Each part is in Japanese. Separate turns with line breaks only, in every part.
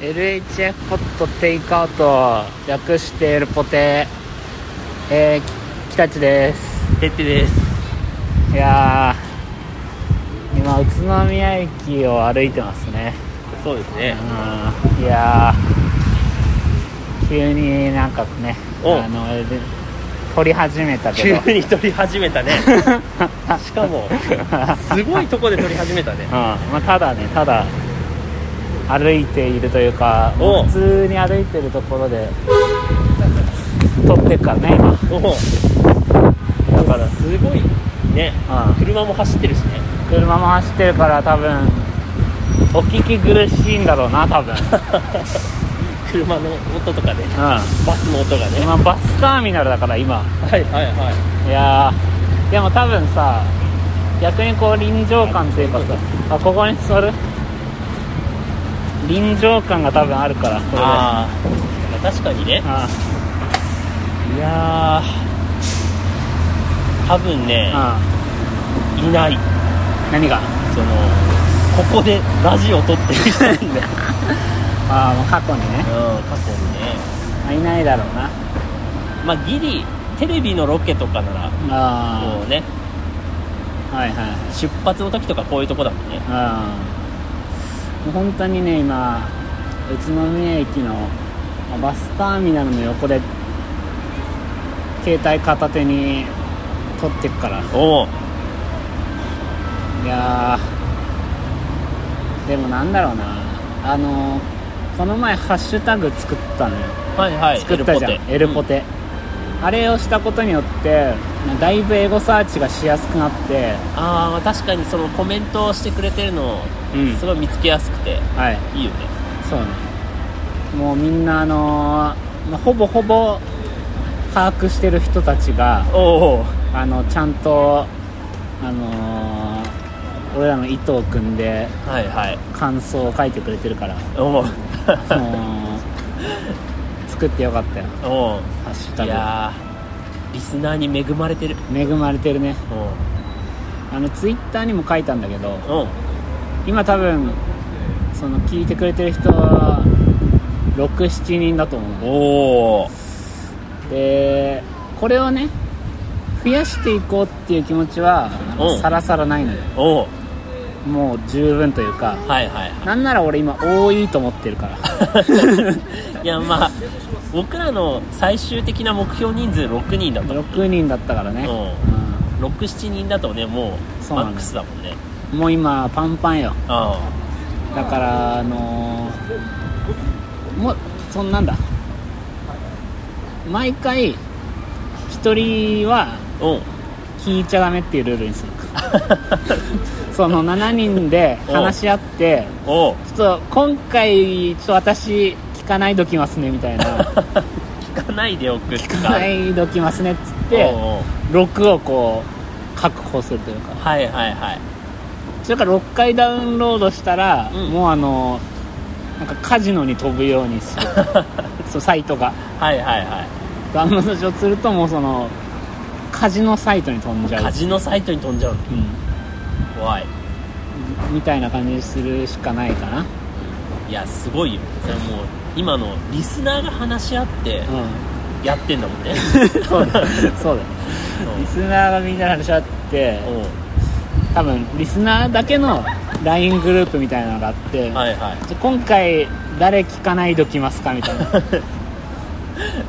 LHF ホットテイクアウト略してエルポテえー、き北地です
てってです
いやー今宇都宮駅を歩いてますね
そうですね
うんいやー急になんかね
お
あのえ撮り始めたけ
急
ど
に撮り始めた ねしかもすごいとこで撮り始めたね
うんまあ、ただねただ歩いているというか
おう
普通に歩いてるところで撮ってるからね今
おおだからすごいね
うん
車も走ってるしね
車も走ってるから多分お聞き苦しいんだろうな多 分、う
車の音とかね
ん、
バスの音がね
今バスターミナルだから今
はいはいはい
いやーでも多分さ逆にこう臨場感というかさあここに座る臨場感が多分あるからこれで
ああ確かにねいやー多分ね
うん
いない
うん何が
そのここでラジオ撮ってる人いない
ああもう過去にね
うん過去にね
まあいないだろうな
まあギリテレビのロケとかなら
あ
こうね
あはいはい
出発の時とかこういうとこだもんね
うんもう本当にね今宇都宮駅のまあバスターミナルの横で携帯片手に撮ってっから
おお
いやーでもなんだろうなあのーこの前ハッシュタグ作ったのよ
はいはい
作ったじゃんエルポテあれをしたことによってまあだいぶエゴサーチがしやすくなって
うんあーまあ確かにそのコメントをしてくれてるのを
うん
すごい見つけやすくて
はい
いいよね
そうねもうみんなあのーまあほぼほぼ把握してる人たちが
おお
あのちゃんとあのー俺らの意図を組んで
はいはい
感想を書いてくれてるから
お お
その 作ってよかったよ
お
ハッシュ
お
タ
い
グ
やーリスナーに恵まれてる
恵まれてるね
お
あのツイッターにも書いたんだけど
おお
今多分その聞いてくれてる人は67人だと思う
おお
でこれをね増やしていこうっていう気持ちはあの
うん
さらさらないのよ
おお
もう十分というか
はいはい は
なんなら俺今多いと思ってるから
いいやまあ僕らの最終的な目標人数6人だと
6人だったからね、う
67人だとねもう
そう
マ
なんだ
ックスだもんね
んもう今パンパンよ
あ
だからあのーもうそんなんだ毎回1人は
あうん
聞いちゃダメっていうルールに するかその7人で話し合って
おう
ちょっと今回ちょっと私聞かないどきますねみたいな
聞かないでおく聞
聞かないどきますねっつって
おうおう
6をこう確保するというか
はいはいはい
それから6回ダウンロードしたら、
うん
もうあのなんかカジノに飛ぶように するそうサイトが
はいはいは
ダウンロード上するともうそのカジノサイトに飛んじ
い
ゃう
カ、ジノサイトに飛んじゃう
う
の怖い
ん、みたいな感じにするしかないかない
やすごいよそれもう今のリスナーが話し合って
う
やってんだもん ね
ん そうだよそうだよリスナーがみんなで話し合って
おう
多分リスナーだけの LINE グループみたいなのがあって、
おうはいはい
じゃあ今回誰聞かないときますかみたい な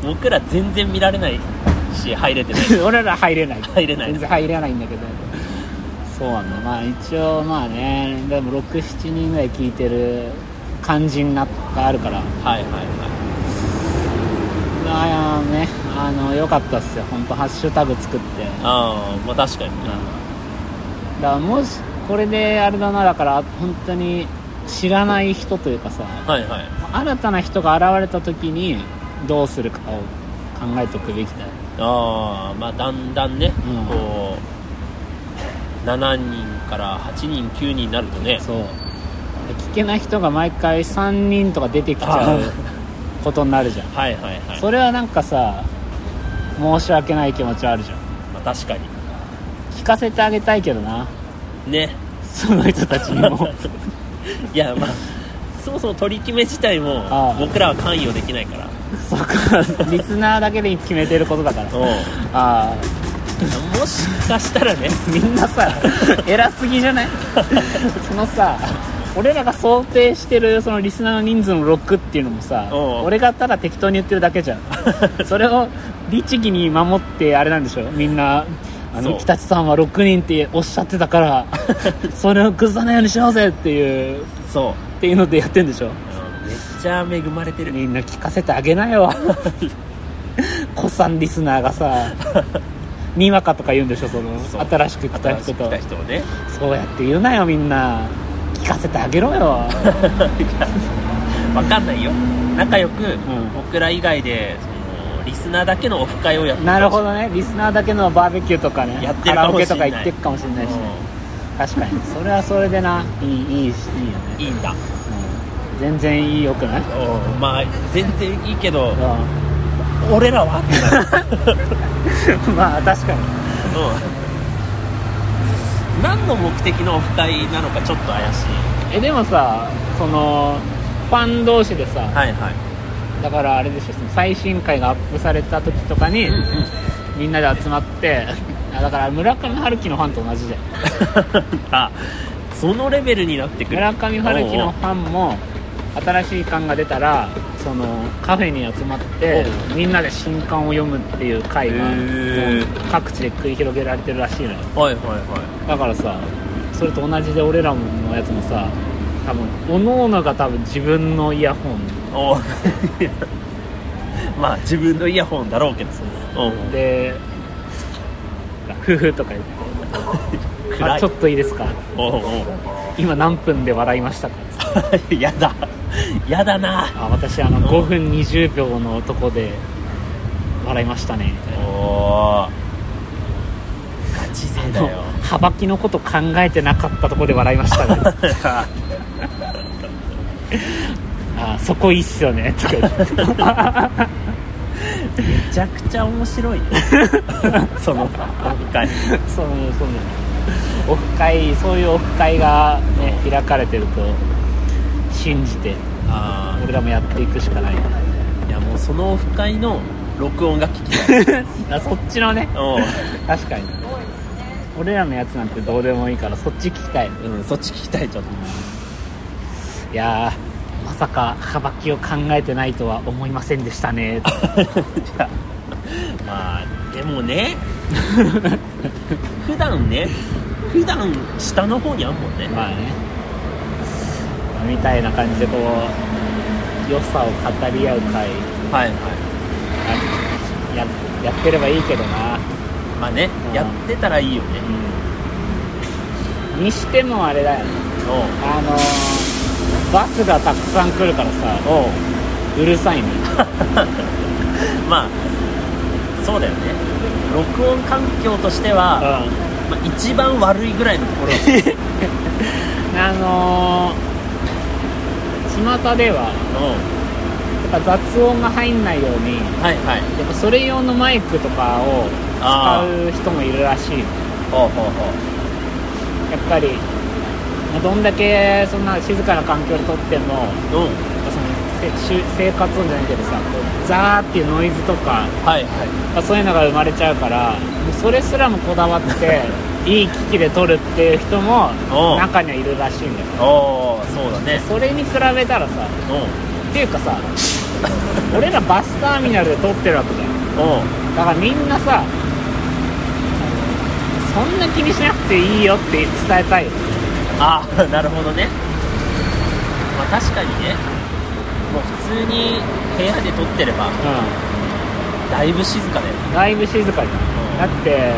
僕ら全然見られないし入れてない
俺ら入れない
入れない
全然入れないんだけどそうなんだまあ一応まあねでも67人ぐらい聞いてる感じにながあるから
はいはいは
ああねあのよかったっすよ本当ハッシュタグ作って
いああまあ確かに
だからもしこれであれだなだから本当に知らない人というかさ
はいはい
新たな人が現れた時にどうするかを考えておくべきだよ
ああまあだんだんね、
うん
こう7人から8人9人になるとね
そう聞けない人が毎回3人とか出てきちゃう
あ
ことになるじゃん
はいはいはい、
それはなんかさ申し訳ない気持ちはあるじゃん
まあ、確かに
聞かせてあげ たいけどな
ね
その人たちにも
いやまあそもそも取り決め自体も
ああ
僕らは関与できないから
そこはリスナーだけで決めてることだ から
おう
ああ
もしかしたらね
みんなさ偉すぎじゃないそのさ俺らが想定してるそのリスナーの人数の6っていうのもさ
おう
俺がただ適当に言ってるだけ じゃんそれを律儀に守ってあれなんでしょみんなあ
そ
の
う
北地さんは6人っておっしゃってたから それを崩さないようにしようぜっていう
そう
っていうのでやってんでしょ
あのめっちゃ恵まれてる
みんな聞かせてあげな よ子さんリスナーが さにわかとか言うんでしょその
そう
新しく来た
新
人
しく
と
来た人をね
そうやって言うなよみんな聞かせてあげろ よ
分かんないよ仲良く、
ん
僕ら以外でそのリスナーだけのオフ会をやって
なるほ
ど
どねリスナーだけのバーベキューとかね
やっ
カ
てる
ラ
か
オ
もし
ケ
れな
と
い
か行ってくかもしれないし、ね、確かにそれはそれでないいいいいしいいよね、
いいんだ
うん全然いいよくない、
うんまあ全然いいけど
う
俺らはって なる
ん まあ確かに
うん何の目的のオフ会なのかちょっと怪しい
えでもさそのファン同士でさ、
はいはい
だからあれでしょその最新回がアップされた時とかに、
うんうん
みんなで集まってあだから村上春樹のファンと同じじゃん
あそのレベルになってくる
村上春樹
おうお
の
う
ファンも新しい感が出たらそのカフェに集まって
お
みんなで新刊を読むっていう会が
へー
もう各地で繰り広げられてるらしいのよ
はいはいは
だからさそれと同じで俺らのやつもさ多分各々が多分自分のイヤホン
いおうまあ自分のイヤホンだろうけどおうおう
で「ふふ」とか言って「
暗
あ
い
ちょっといいですか
おうおう
今何分で笑いましたか?」
やだやだな
あ私あの
うん
5分20秒のとこで笑いましたね
おおガチ勢だよ
はばきのこと考えてなかったとこで笑いました ねあそこいいっすよね とか言って
めちゃくちゃ面白いねそのオフ会
そうねそうねオフ会そういうオフ会がね開かれてると信じて
あ
俺らもやっていくしかない
あいやもうそのオフ会の録音が聞きたい
あそっちのね
おう
確かに俺らのやつなんてどうでもいいからそっち聞きたい
うん、そっち聞きたいちょっと
いやーまさかはばきを考えてないとは思いませんでしたね
まあでもね 普段ね普段下の方にあんもんね
まあねみたいな感じでこう良さを語り合う会
はいはい
ややってればいいけどな、
まあね
うん
やってたらいいよね
うん、にしてもあれだよねあのーバスがたくさん来るからさ
おうおう
うるさいね
まあそうだよね録音環境としては、
う
まあ、一番悪いぐらいのところ
んあのー巷では
う
やっぱ雑音が入んないように
んはいはい
やっぱそれ用のマイクとかを
あ
使う人もいるらしいの
ほうほうほ
やっぱりまあどんだけそんな静かな環境で撮ってもやっ
ううん
ぱそのせ生活音じゃないけどさこうザーっていうノイズとか
はいはい
まあそういうのが生まれちゃうからもうそれすらもこだわって いい機器で撮るっていう人も
おう
中にはいるらしいんだよ
おおそうだね
それに比べたらさ
う
っていうかさ俺らバスターミナルで撮ってるわけじゃん
んおう
だからみんなさそんな気にしなくていいよって伝えたいよ
ああなるほどねまあ確かにねもう普通に部屋で撮ってれば
う
だいぶ静かだよ
んだいぶ静かじ
うん
ゃんだって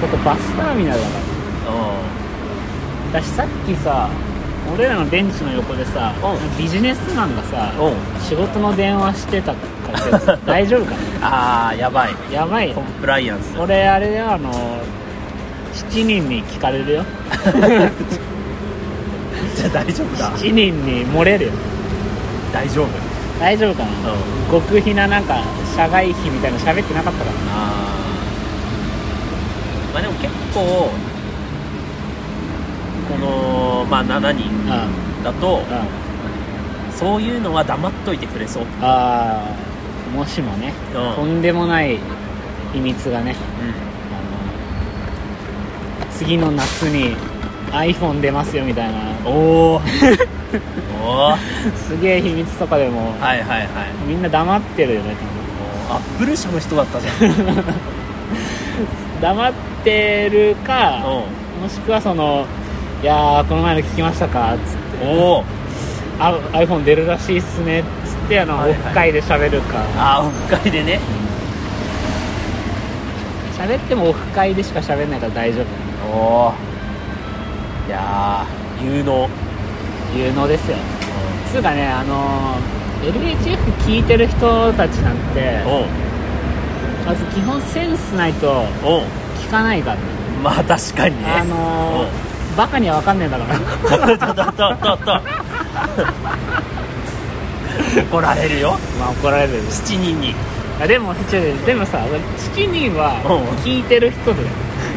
ここバスターミナルだからだしさっきさ俺らのベンチの横でさ
う
ビジネスマンがさ
うんうん
仕事の電話してたからけど さ大丈夫かな
ああやばい
やばい
コンプライアンス
俺あれではあの7人に聞かれるよ
じゃあ大丈夫だ
7人に漏れるよ
大丈夫
大丈夫かな
うん
極秘ななんか社外秘みたいなの喋ってなかったかな
あーまあでも結構このまあ7人
う
だと
うん、あ
そういうのは黙っといてくれそう、
あーもしもね、
う
と
ん
んでもない秘密がねあの次の夏に iPhone 出ますよみたいな
おおお お
すげえ秘密とかでも
はいはいはい
みんな黙ってるよね
もうアップル社の人だったじゃんうん
黙ってるかもしくはその「いやーこの前の聞きましたか」っつって
おお
「あ iPhone 出るらしいっすね」っつってあの、
はいはい
オフ会で喋るか
あー北海でね
喋ってもオフ会でしか喋んないから大丈夫
おおいやー有能
有能ですよつうかねあのー LHF 聞いてる人たちなんて
おう
まず基本センスないと
おう
聞かないからね
まあ確かにね
あの
おう
ー、バカには分かんねえだろう な
ちょっとちょっとちょっと怒られるよ
まあ怒られるし
7人に
あでもちょでもさ俺7人は
うん
聞いてる人で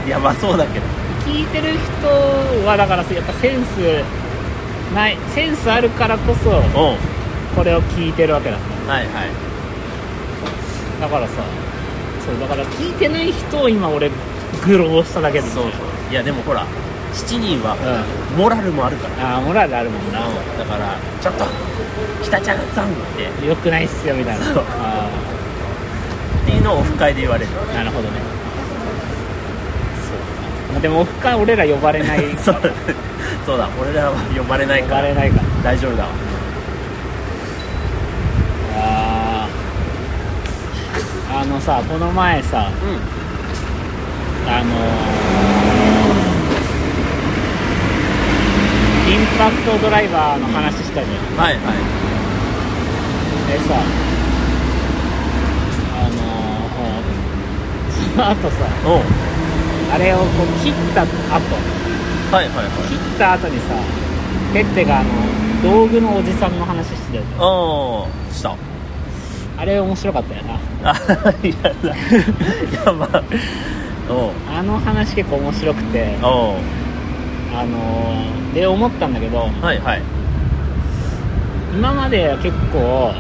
いやまあそうだけど
聞いてる人はだからやっぱセンスないセンスあるからこそ
おう
これを聞いてるわけだ
はいはい
だからさそうだから聞いてない人を今俺愚弄しただけで
そうそういやでもほら7人は
う
モラルもあるから
んああモラルあるもんな
だからちょっと北ちゃんさんってっ
良くないっすよみたいな
そう
あ
ていうのをオフ会で言われる
あなるほどねそうまあでもオフ会俺ら呼ばれない
そうそうだ俺らは呼ばれない
呼
か
ばれ
ら
ないから
大丈夫だわ
あーあのさこの前さ
う
あのーインパクトドライバーの話したじゃん
んはいは
でさあのー、その後さ
いおう
あれをこう切った後
はいはいはい
切った後にさペッテがあの道具のおじさんの話してたじゃん
おうした
あれ面白かったよな
あいやだいやまあおう
あの話結構面白くて
おう
あのー、で思ったんだけど
はいはい
今までは結構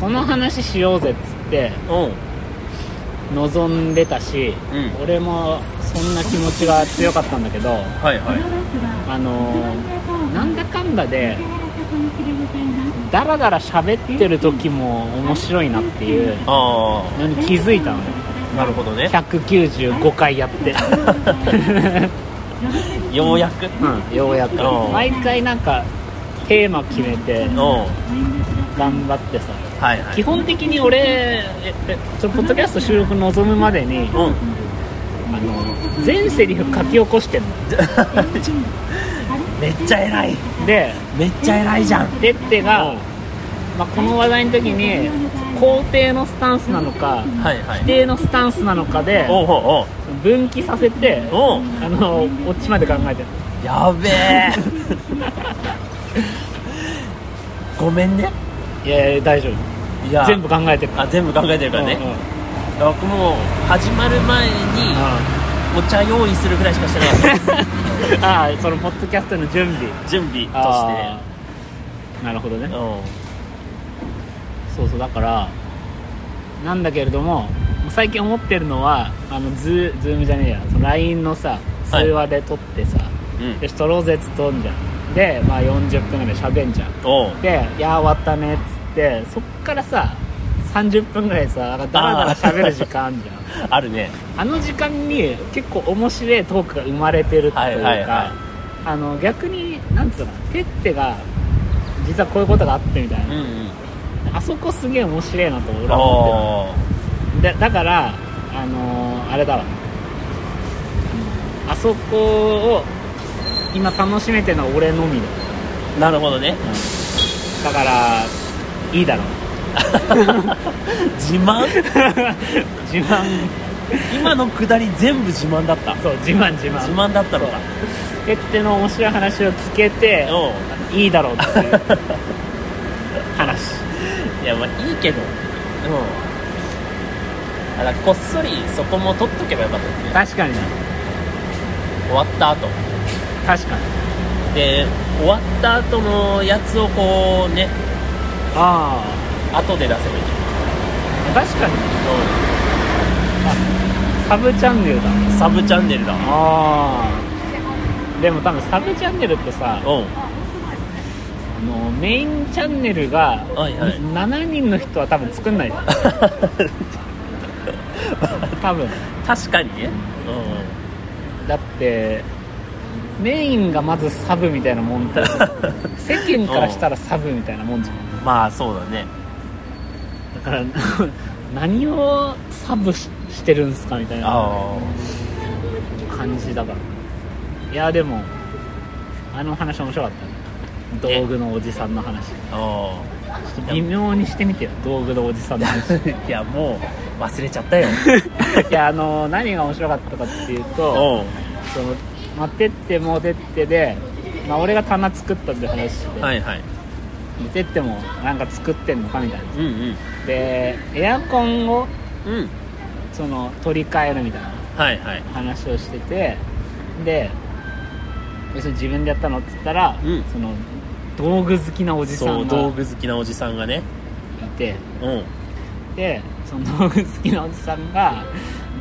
この話しようぜっつって
おう
望んでたし、
うん
俺もそんな気持ちが強かったんだけど
はいはい
あのー、なんだかんだでダラダラ喋ってる時も面白いなっていう
あ
のに気づいたのね
あなるほどね
195回やって
ようやく
うんようやく
うん
毎回なんかテーマ決めて
おう
頑張ってさ
はいは
基
い
本的に俺ええちょポッドキャスト収録望むまでに
うん
あの全セリフ書き起こしてんの
めっちゃ偉い
で
めっちゃ偉いじゃん
レッテが、まあ、この話題の時に肯定のスタンスなのか
はいは
否定のスタンスなのかで
おうおう
分岐させて
おうおう
あのオチまで考えてる
やべえごめんね
いやいや大丈
いや
夫全部考えてる
あ全部考えてるからね、
うんうん
僕もう始まる前にお茶用意するぐらいしかしてなかっ
ああそのポッドキャストの準備
た準備
ああ
と
なるほどね
してうん
そうそうだからなんだけれども最近思ってるのはあのズズームじゃねえやその LINE のさ通
はい
話で撮ってさ、
うん
で撮ろうぜっつっとんじゃんでまあ40分ぐらい喋んじゃん
おう
で「いやー終わったね」っつってそっからさ30分ぐらいさなんかダラダラ喋る時間あんじゃん
あるね
あの時間に結構面白いトークが生まれてるというか、
はいはいはい
あの逆になんつうのペッテが実はこういうことがあってみたいな、
うんうん
あそこすげえ面白いなと俺は思ってる
おー
だだからあのーあれだわあそこを今楽しめてるのは俺のみだ、
なるほどね
だからいいだろう
自慢
自慢
今のくだり全部自慢だった
そう自慢自
自
慢
慢だったのか
ペッテの面白い話を聞けて
おう
いいだろうっていう話
いやまあいいけどうんあだからこっそりそこも取っとけばよかったで
確
すね
かにな
終わった後
確かに
で終わった後のやつをこうね
あ
後で出せばいいじ
あ確かに
ゃ
サブチャンネルだ
ん、うん、サブチャンネルだう
ああでも多分サブチャンネルってさ
ん
あのメインチャンネルが
はいはい
7人の人は多分作んない 多分
確かにね
だってメインがまずサブみたいなもんだ世間からしたらサブみたいなもんじゃん
うんまあそうだね
だから 何をサブししてるんすかみたいな
あ
感じだからいやでもあの話面白かったね
ね
道具のおじさんの話ち
ああ
ょっと微妙にしてみてよ道具のおじさんの話い
あいやもう忘れちゃった よ
やあの何が面白かったかっていうと
うん
そのまあてってもてってで、まあ、俺が棚作ったって話して、
はいはい
てってもなんか作ってんのかみたいな
うんうん
でエアコンを
うん
その取り替えるみたいな
はいはい
話をしててで要するに自分でやったのっつったら、
うん
その道具好きなおじさ
そうん
が
道
い
具好きなおじさんがね
て
うん
でその道具好きなおじさんが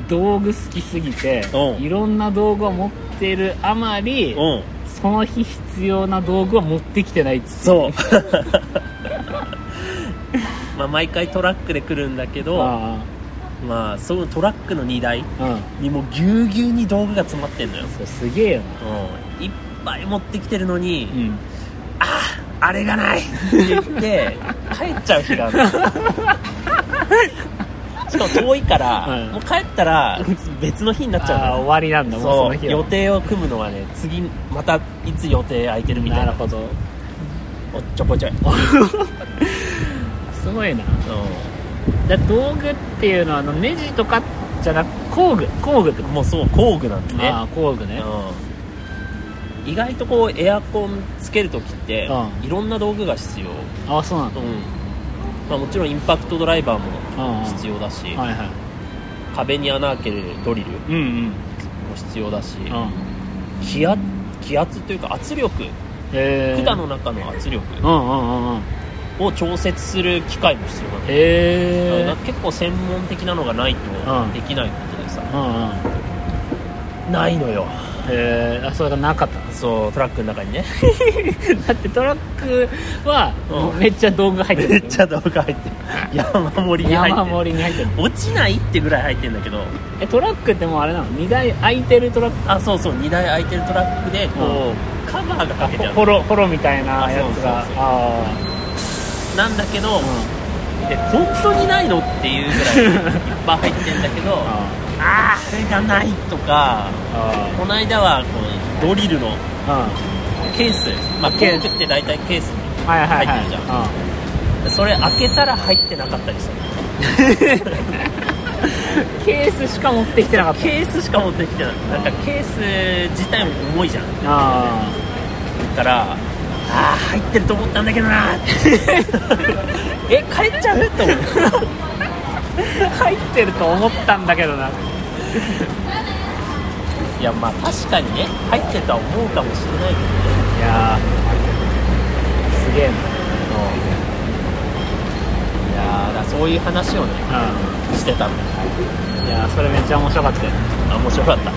道具好きすぎて
うん
いろんな道具を持っているあまり
うん
その日必要な道具は持ってきてないっつ
そう まあ毎回トラックで来るんだけど
あ
まあそのトラックの荷台
あうん
にもうぎゅうぎゅうに道具が詰まってんのよ、
そうすげえよ
うん、いっぱい持ってきてるのに、
なうん
あれがないって言って帰っちゃう日 があるしかも遠いから、
うん
もう帰ったら別の日になっちゃう
あ
の
あ
よ
終わりなんだもうそ
そ
の日
う
は
予定を組むのはね次またいつ予定空いてるみたい
なる
な
ほど
おっちょこちょい、うん、
すごいなだ道具っていうのはあのネジとかじゃなく工具工具ってこ
もうそう工具なんで
と
ね
ああ工具ね
うん意外とこうエアコンつけるときって、
う
いろんな道具が必要、うん
ああそうなんだ
まあ、もちろんインパクトドライバーも
ああ
必要だし、
はいはい
壁に穴開けるドリルも
うんうん
必要だし、
うん
気圧気圧というか圧力
へえ
管の中の圧力
うんうんうんうんへ
を調節する機械も必要なんで、だ
え
から結構専門的なのがないと
うん
できないことでさ、
うんうん
ないのよ
へえあそれがなかった
そうトラックの中にね
だってトラックは
うん
もうめっちゃ道具入ってる
めっちゃ動画入ってる 山盛りに入って
山
る
盛りに入ってる
落ちないってぐらい入ってんだけど
えトラックってもうあれなの荷台空いてるトラック
あそうそう荷台空いてるトラックでこう、カバーがかけてあ
ほ
る
ろほろみたいなやつが
あそうそうそう
あ
なんだけど、
あ
え本当にないのっていうぐらいいっぱい入ってんだけど
うん
あ
あ
あーそれがないとか
あ
この間はこうドリルの
あ
ケースまあ
ケー
ケー
ス
スって大体ケース
うんはいはいはい
入ってるじゃん
うん
それ開けたら入ってなかったりした
ケースしか持ってきてなかった
ケースしか持ってきてないなんかケース自体も重いじゃん
あ
だからああ入ってると思ったんだけど なーってえ帰っちゃうと思う
あ 入ってると思ったんだけどない
やまあ確かにね入ってるとは思うかもしれない
やーすげえ
けど、いやーだからそういう話をね
な
してたんだ
うんいやーそれめっちゃ面白かったよ
あ面白かった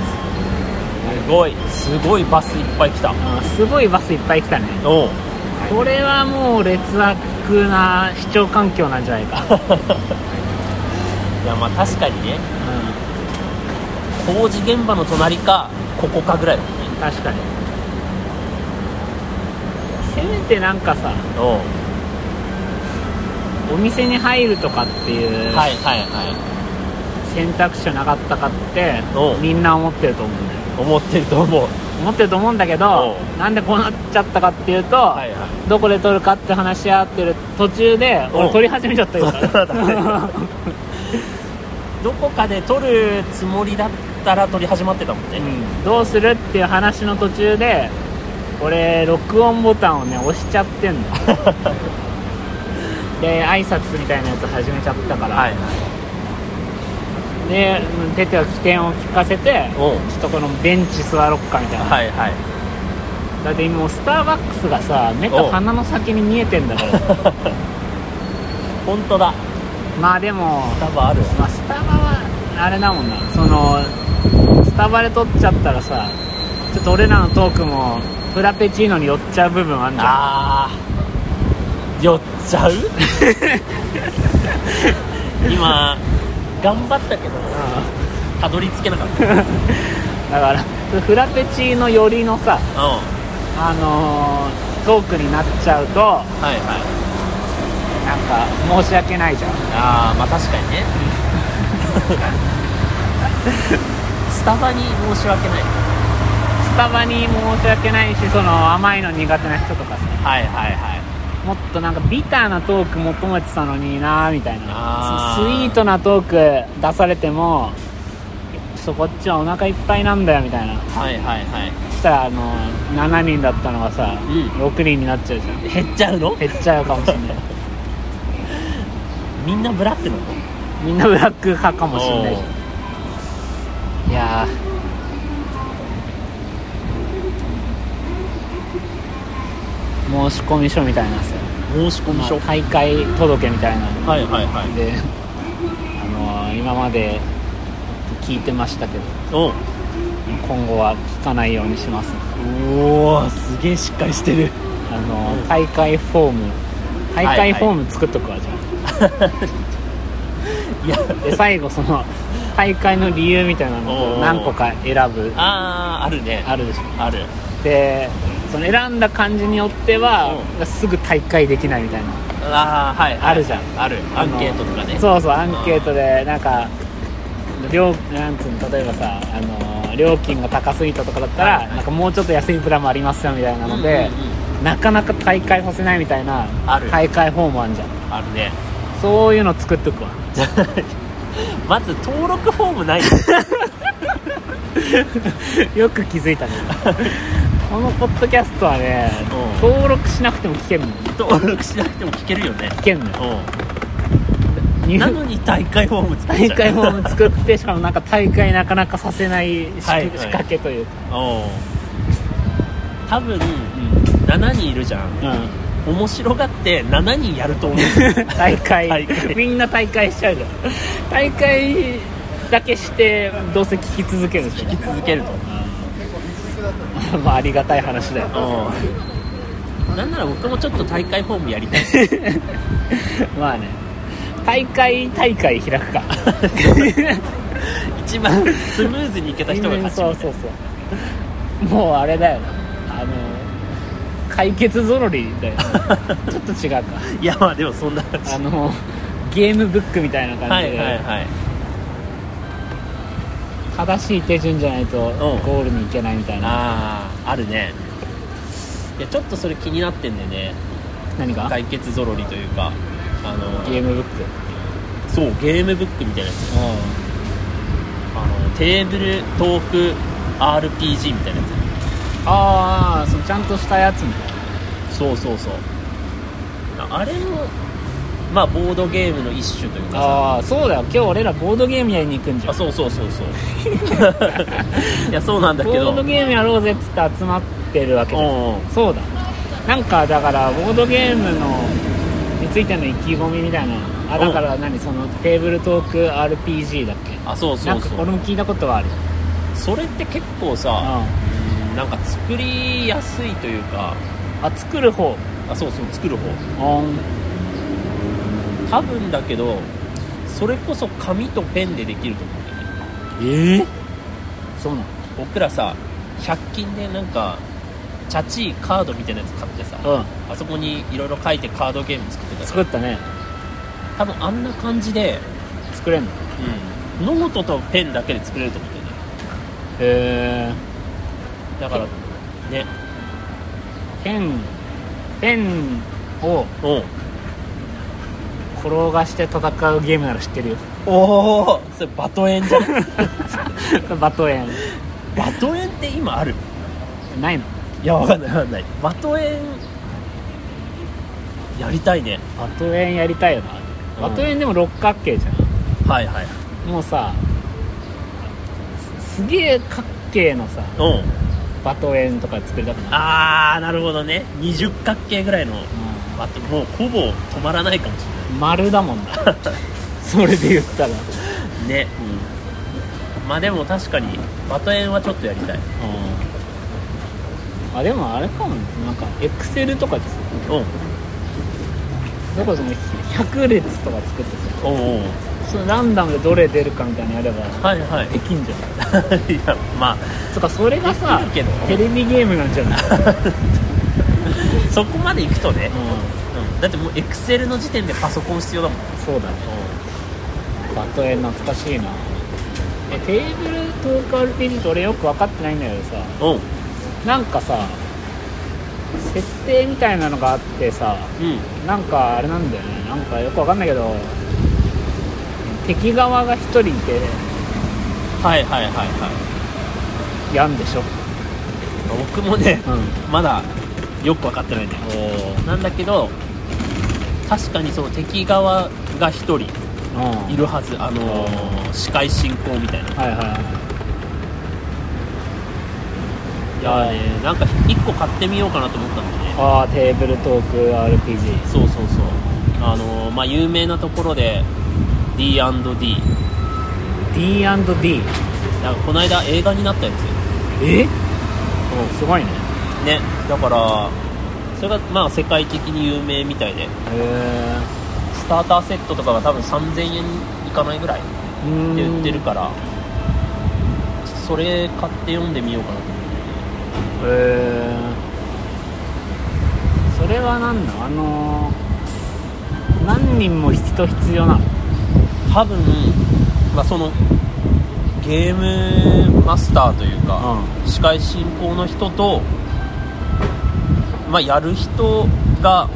すごいすごいバスいっぱい来た
うんすごいバスいっぱい来たね
おう
これはもう劣悪な視聴環境なんじゃないか、
いやまあ確かにね
う
工事現場の隣かここかぐらいだもんね
ん、確かにせめてなんかさ
お
お
う
店に入るとかっていう
はいはいは
選択肢はなかったかって
おう
みんな思ってると思うんだよ
い思ってると思う
思ってると思うんだけど
お
なんでこうなっちゃったかっていうと、
いはい
どこで撮るかって話し合ってる途中で
お
俺
う
撮り始めちゃったよ
そうだねどこかで撮るつもりだったら撮り始まってたもんね、
うんどうするっていう話の途中で俺録音ボタンをね押しちゃって んので挨拶みたいなやつ始めちゃったから、
いはい
で出ては起点を聞かせてちょ
おう
っとこのベンチ座ろっかみたいな、
はいはい
だって今もうスターバックスがさ目と鼻の先に見えてんだから
本当だ
まあでも、
多分あるわ
まあ、スタバはあれだもんなそのスタバで撮っちゃったらさちょっと俺らのトークもフラペチーノに寄っちゃう部分あんじゃん
あー寄っちゃう今頑張ったけ
う
どたどり着けなかったうん
んだからフラペチーノ寄りのさ
は
あのートークになっちゃうと
いはい
なんか申し訳ないじゃん
ああまあ確かにねスタバに申し訳ない
スタバに申し訳ないしその甘いの苦手な人とかさ
はいはいはい
もっとなんかビターなトーク求めてたのになみたいな
あ
ス
ー
イートなトーク出されてもちょっとこっちはお腹いっぱいなんだよみたいな
はいはいはい
そしたらあの7人だったのがさ、
うん
6人になっちゃうじゃん
減っちゃうの
減っちゃうかもしれ ない
みんなブラックなの
みんなブラック派かもしれない
お
しいやー申し込み書みたいなさ、
ー申し込み
ま
書
あ、大会届けみたいなの
はいはいはい
で、あの今まで聞いてましたけど
おう
今後は聞かないようにします
おーすげえしっかりしてる
あの大会フォーム大会フォーム作っとくわじゃ
いや
あで最後その大会の理由みたいなの
お
を
ー
何個か選ぶ
あああるね
あるでしょ
ある
でその選んだ感じによってはすぐ大会できないみたいな
ああはいはい
あるじゃん
あるアンケートとかね
そうそうアンケートでなんか料なんつうの例えばさあの料金が高すぎたとかだった
は
ら
いはい
なんかもうちょっと安いプランもありますよみたいなので
うんうん
なかなか大会させないみたいな
ある
大会フォームあんじゃん
うんあるね
そういうの作っとくわ
まず登録フォームないよ
よく気づいた ねこのポッドキャストはね
うん
登録しなくても聞けるのよ
登録しなくても聞けるよね
聞けるのよ
う
入
んなのに大会フォーム作っち
大
ゃう
会フォーム作ってしかもなんか大会なかなかさせない仕
はいはい
仕掛けというか
おう多分
うん
7人いるじゃん面白がって7人やると思う
大会
大会
みんな大会しちゃうじゃん大会だけしてどうせ聞き続けるんでしょ
聞き続けると
まあありがたい話だよ
うんなんなら僕もちょっと大会フォームやり たい
まあね大会大会開くか
一番スムーズにいけた人が勝ち
そう
み
そ
た
う
い
そうもうあれだよなあの解決ぞろりだよなちょっと違う か
ないやまあでもそんな感じ
あのゲームブックみたいな
は
感じ
い
で、
はいはい
正しい手順じゃないとゴールに行けないみたいな
あああるねいやちょっとそれ気になってんでね
何が
解決ぞろりというかあの
ゲームブック
そうゲームブックみたいなやつあのテーブルトーク RPG みたいなや
ああそうちゃんとしたやつみたいな
つそうそうそうああれもまあボードゲームの一種というかさ
ああそうだよ今日俺らボードゲームやりに行くんじゃ
あ
ん
そうそうそうそう いやそうなんだけ
ボ
ど
ードゲームやろうぜっつって集まってるわけだ
うんうん
そうだなんかだからボードゲームのについての意気込みみたいなあだから何そのテーブルトーク RPG だっけ
あそうそ
な
うん
か
そ
これ
う
も聞いたことはある
それって結構さ
あ
なんか作りやすいというか
あ作る方
あそうそう作る方
あ
多分だけどそれこそ紙とペンでできると思うんだよ
え
ね
えそうなの
僕らさ100均でなんかチャチーカードみたいなやつ買ってさ
うん
あそこにいろいろ書いてカードゲーム作ってたじゃん
作ったね
多分あんな感じで、
作れんの
ノートとペンだけで作れると思うんだよね
へえ
だからね
ペンペンを
うん
転がして戦うゲームなら知ってるよ
おおそれバトエンじゃん
バトエ
バトエンって今ある
ンないの
いやわかんないわかんないバトエンやりたいね
バトエンやりたいよな、
うん
バトエンでも六角形じゃん
はいはい
もうさすげえ角形のさ
うん
バト円とか作りたくなる
あーなるほどね二十角形ぐらいの
うん
あともうほぼ止まらないかもし
丸だもんなそれで言ったら
れないね まあでも確かにバト円はちょっとやりたい
あでもあれかもねなんかエクセルとかでさ
うん
どこその100列とか作って
おうおう
さそのランダムでどれ出るかみたいなのやれば
はいはい
できんじゃない
いやまあ
そっかそれがさ
できるけど
テレビゲームなんじゃない、
そこまで行くとね、
う
だってもうエクセルの時点でパソコン必要だもん
ん、そうだねバトエ懐かしいなえテーブルトーク RPG って俺よく分かってないんだけどさ
おう
なんかさ設定みたいなのがあってさ
うん
なんかあれなんだよねなんかよくわかんないけど敵側が一人いて
はいはいはいはい
やんでしょ、
僕もね
うん、
まだよく分かってないんだよなんだけど確かにその敵側が1人
うん
いるはずあのー、司会進行みたいな
はいはいはい
いやーねなんか1個買ってみようかなと思ったんだよね
ああテーブルトーク RPG
そうそうそうあのー、まあ有名なところで D&D だか
D&D
らこの間映画になったやつ
えおすごいね
ねだからそれがまあ世界的に有名みたいで
へえ
スターターセットとかが多分3000円いかないぐらいって
うん
言ってるからそれ買って読んでみようかなと思って
へえそれは何なのあのー何人も人必要なの
多分、まあ、そのゲームマスターというか、司会進行の人と、まあ、やる人が、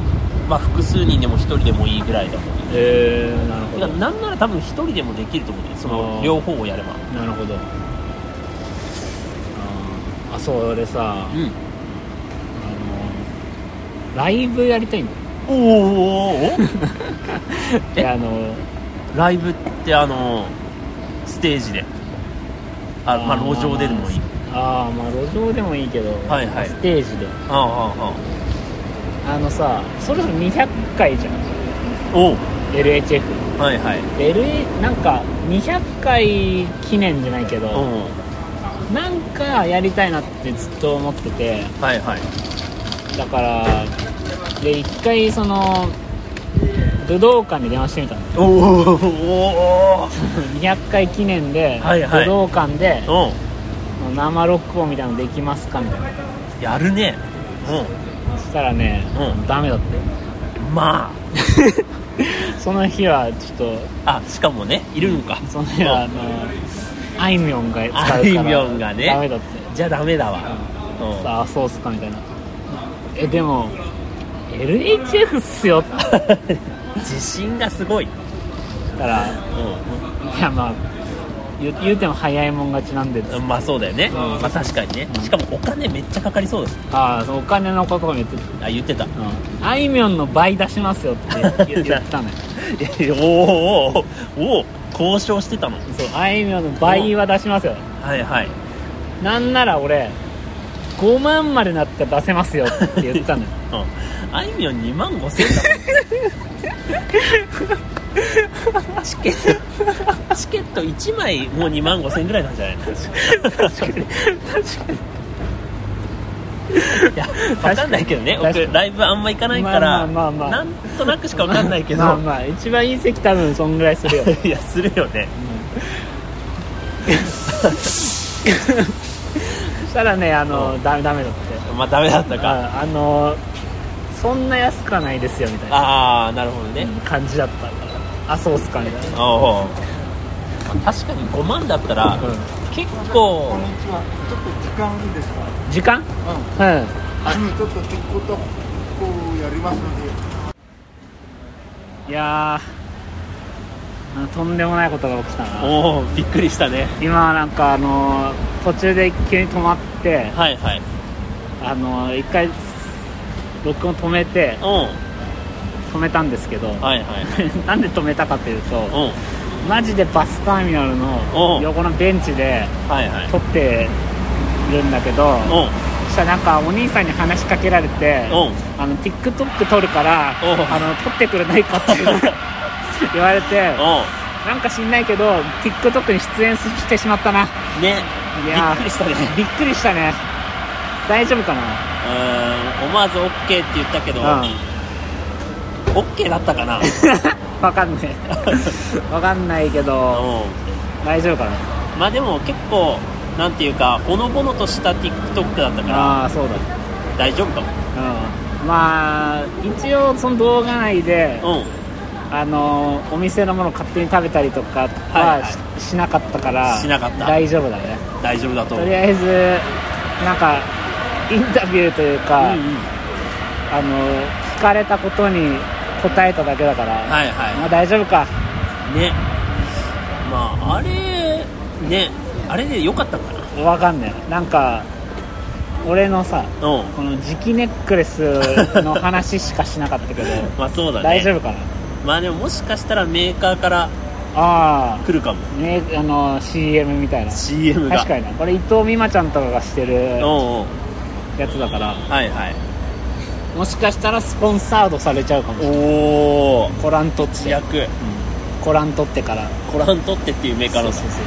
まあ、複数人でも1人でもいいぐらいだと思う
へえなるほ
だ
ど
からなんなら多分1人でもできると思うんだよねそ
あ
の
ー
両方をやれば
なるほどあーあそう俺さ、
うん
あのライブやりたいんだよ
おおおお え
であの
ライブってあのステージであまあ
あー
路上出るのに
ああまあ路上でもいいけど、
はいはい
ステージで
あああああ
あのさそろそろ200回じゃん
あおう
LHF
はいはい
で LA なんか200回記念じゃないけ
お
ど、
う
なんかやりたいなってずっと思ってて
はいはい
だからで一回その武道館に電話してみたの
おおおお
200回記念で、
はいはい
武道館で
おう
生ロックオンみたいなのできますかみたいな
やるね
そしたらね、
うん
ダメだって
うんま
その日はちょっ
ああしかもねいるのか
とその日はあ
うん
のあいみょんが使うから
あいみょんがね
ダメだって
じゃあダメだわうん
さあそうっすかみたいなえでも LHF っすよって言っ
自信がすごい
たらいやまあ言う言うても早いもん勝ちなんでっつって
うんまあそうだよね
ん
まあ確かにね
うん
しかもお金めっちゃかかりそうだし
ああそのお金のことも言ってた
あ言っ てた
うんあいみょんの倍出しますよって言言ってた のよ
えおうおうおうおう交渉してたの
そうあいみょんの倍は出しますよ
はいはい
なんなら俺5万までなって出せますよって言ったのよ
うんあいみょん2万5千だ もんチケットチケット1枚もう2万5千ぐらいなんじゃないの確かにいや分かんないけどね
確かに
僕ライブあんま行かないか
まあまあ
ら、
まあまあ
なんとなくしか分かんないけど、
まあまあ一番いい席多分そんぐらいするよ
いやするよね
そしたらねあの、ダメダメだって
まあダメだったか
ああのそんな安くはないですよみたいな
ああなるほどね、
うん感じだったからあそうっすかみたいな
おうおうまあ確かに5万だったら、
うん
結構
こんにちは。ちょっと時間あるんですか。
時間
うん。
うん
ちょっと鉄骨とこうやりますので。
いやーあのとんでもないことが起きたな
おおびっくりしたね
今なんかあの途中で急に止まって
はいはい
あの一回録音止めて
うん
止めたんですけど
はいはい
なんで止めたかというと
うん
マジでバスターミナルの
おう
横のベンチで
はいはい
撮ってるんだけど
おう
そしたらなんかお兄さんに話しかけられて
おう
あの TikTok 撮るから
おう
あの撮ってくれないかって 言われて
お
なんか知んないけど TikTok に出演してしまったな
うね
い
び
やー
っくりしたね
びっくりしたね大丈夫かな
うーん思わず OK って言ったけど、
う
OK だった かな
んわかん ないわかんないけど
おう
大丈夫かな
まあでも結構なんていうかほのぼのとした TikTok だったから
ああーそうだ
大丈夫かも
うんまあ一応その動画内で
うん
あのお店のもの勝手に食べたりとか
はい
は
はい
し,、なかったから
しなかった
大丈夫だね
大丈夫だと
と
思う
りあえずなんかインタビューというか、
うんうん
あの聞かれたことに答えただけだから、
はい
まあ
は
大丈夫か
いねまああれねあれでよかったかな
わかんないなんか俺のさ
うん
この磁気ネックレスの話しかしなかったけど、
まあ そうだね
大丈夫かな
まあでももしかしたらメーカーから
あ
来るかも
あ,、ね、あの CM みたいな
CM が
確かになこれ伊藤美誠ちゃんとかがしてる
おうおう
やつだから
はいはい
もしかしたらスポンサードされちゃうかもしれない
おお
コラン取って、うん
役
コラン取ってから
コラン取ってっていうメーカーの
そうそうそう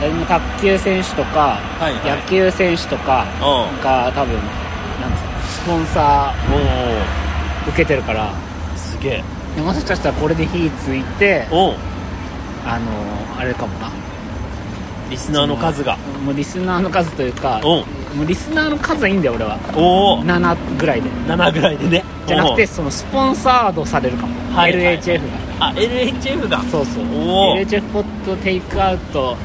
そうでも卓球選手とか、
はいはい
野球選手とか
おう
が多分なんつうのスポンサ
おう
ー受けてるから
すげえ
でもしかしたらこれで火ついて
おう
あのーあれかもな
リスナーの数が
もうリスナーの数というか
おう
もうリスナーの数はいいんだよ俺は
おお
7ぐらいで
7ぐらいでね
じゃなくて
おう
そのスポンサードされるかも、
はいはい
LHF
あ LHF が
がそうそう
おー
LHF ポットテイクアウト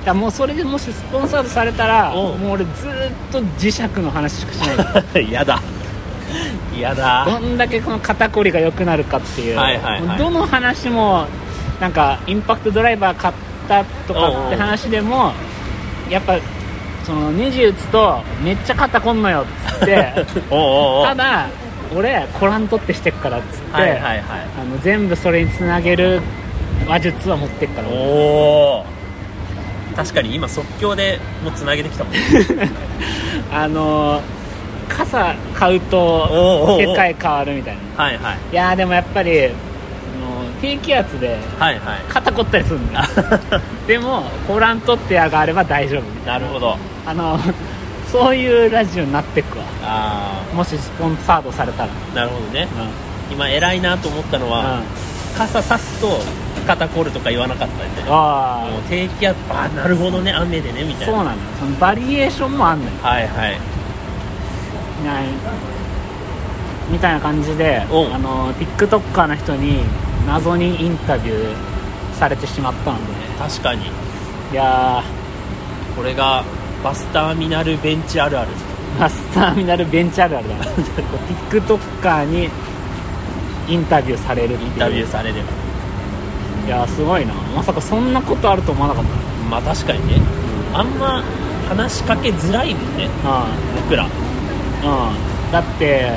だからもうそれでもしスポンサードされたら
おう
もう俺ずーっと磁石の話しかし ない
やだや
ど
だ
んだけこの肩こりが良くなるかっていう、
はいはいはい
もうどの話もなんかインパクトドライバー買ったとかって話でもやっぱそのネジ打つとめっちゃ肩こんのよっつって
おう おうおう
ただ俺コラン取ってしてっからっつって、
はいはい
あ
はい
の全部それにつなげる話術は持ってっから俺
おお確かに今即興でもうつなげてきたもんね
あのー傘買う
おうおうお
と
う
世界変わるみたいな
はいはい
いやーでもやっぱりあのー低気圧で
はいはい
肩こったりするんだでもコラントってやがあれば大丈夫
なるほど
あのーそういうラジオになってくわ
あ
もしスポンサードされたら
あなるほどね
うん、
今偉いなと思ったのは、
あ
傘さすと肩凝るとか言わなかったんで
あ
もう低気圧あーなるほどね雨でねみたい
そう
な
なんだよそのバリエーションもあんのよ
はいはい
ないみたいな感じで、
うん
あの TikToker の人に謎にインタビューされてしまったので
確かに
いや
これがバスターミナルベンチあるある
ーバスターミナルベンチあるあるだな TikToker にインタビューされるっていう
インタビューされる
いやーすごいなまさかそんなことあると思わなかった
まあ確かにねあんま話しかけづらいもんね
う
僕ら
んうんだって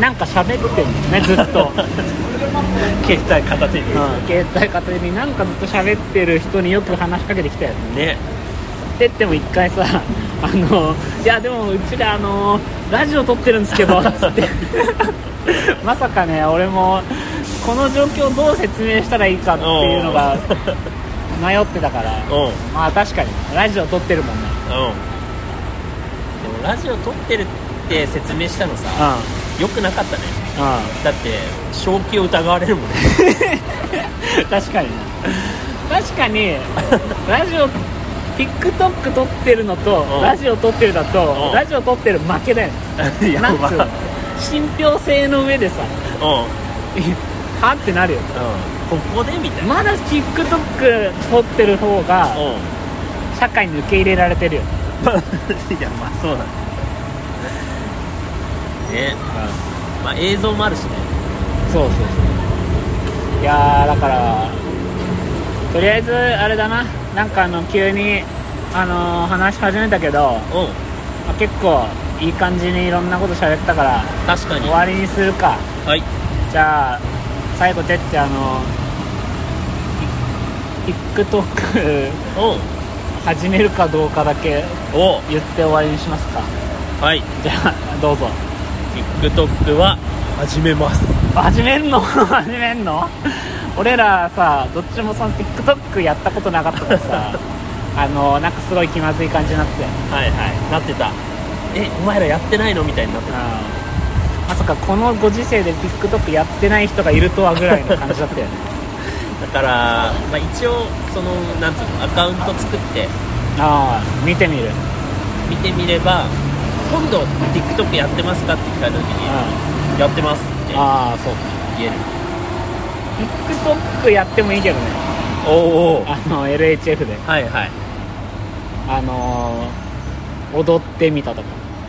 なんか喋ってんのねずっ と、
携帯片手に、
うん、携帯片手になんかずっと喋ってる人によく話しかけてきたよね
ね
ってっても一回さ 「あのいやでもうちらあのラジオ撮ってるんですけ ど」つって まさかね俺もこの状況をどう説明したらいいかっていうのが迷ってた から
うんうん
まあ確かにラジオ撮ってるもんね
でもラジオ撮ってるって説明したの
うん
さ良くなかったね
う
だって正気を疑われるもんね
ん 確かにな確かにラジオ TikTok 撮ってるのと
うん
ラジオ撮ってるだ
う
と
ん
ラジオ撮ってる負けだよね
いや
なんつ
まあ
うの信憑性の上でさ
うん
はってなるよ
うんここでみたいな
まだ TikTok 撮ってる方が
うん
社会に受け入れられてるよ、
まあいやまあそうだねねまあ映像もあるしね
そうそうそういやーだからとりあえずあれだななんかあの急にあのー話し始めたけど、
うん
まあ結構いい感じにいろんなこと喋ったから
確かに
終わりにするか
はい
じゃあ最後てってあのい TikTok
う
始めるかどうかだけ
んお
言って終わりにしますか
はい
じゃあどうぞ
TikTok は始めます
始めんの 始めんの俺らさどっちもその TikTok やったことなかったからさあのなんかすごい気まずい感じになってたよ
はいはいなってたえお前らやってないのみたいになってた
まさかこのご時世で TikTok やってない人がいるとはぐらいの感じだったよね
だから、まあ、一応そのなんつうのアカウント作って
ああ見てみる
見てみれば今度 TikTok やってますかって聞かれた時
うん
に
あ
やってますって
あそう
言える
TikTok やってもいいけどね
おお
あの LHF で
はいはい
あのー踊ってみたとか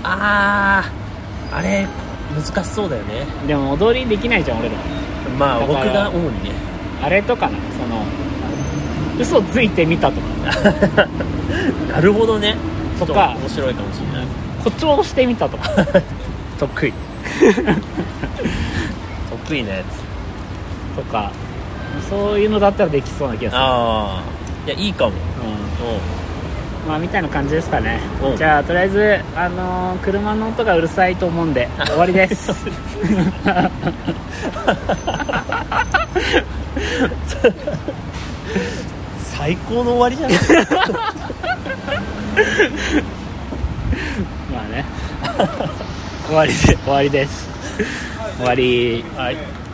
あーあれ難しそうだよね
でも踊りできないじゃん俺ら
ま
だ
あ
か
僕
ら
が主にね
あれとかなその嘘ついてみたとか
なるほどねちょ
と
っと
か
面白いかもしれない
誇張してみたとか
得意得意なやつ
とかそういうのだったらできそうな気がする
ああいやいいかも
うん
う
まあみたいな感じですかね、
うん
じゃあとりあえず、あのー車の音がうるさいと思うん で終わりです
ん最高の終わりじゃない
まあね終わりで終わりです終わり
はい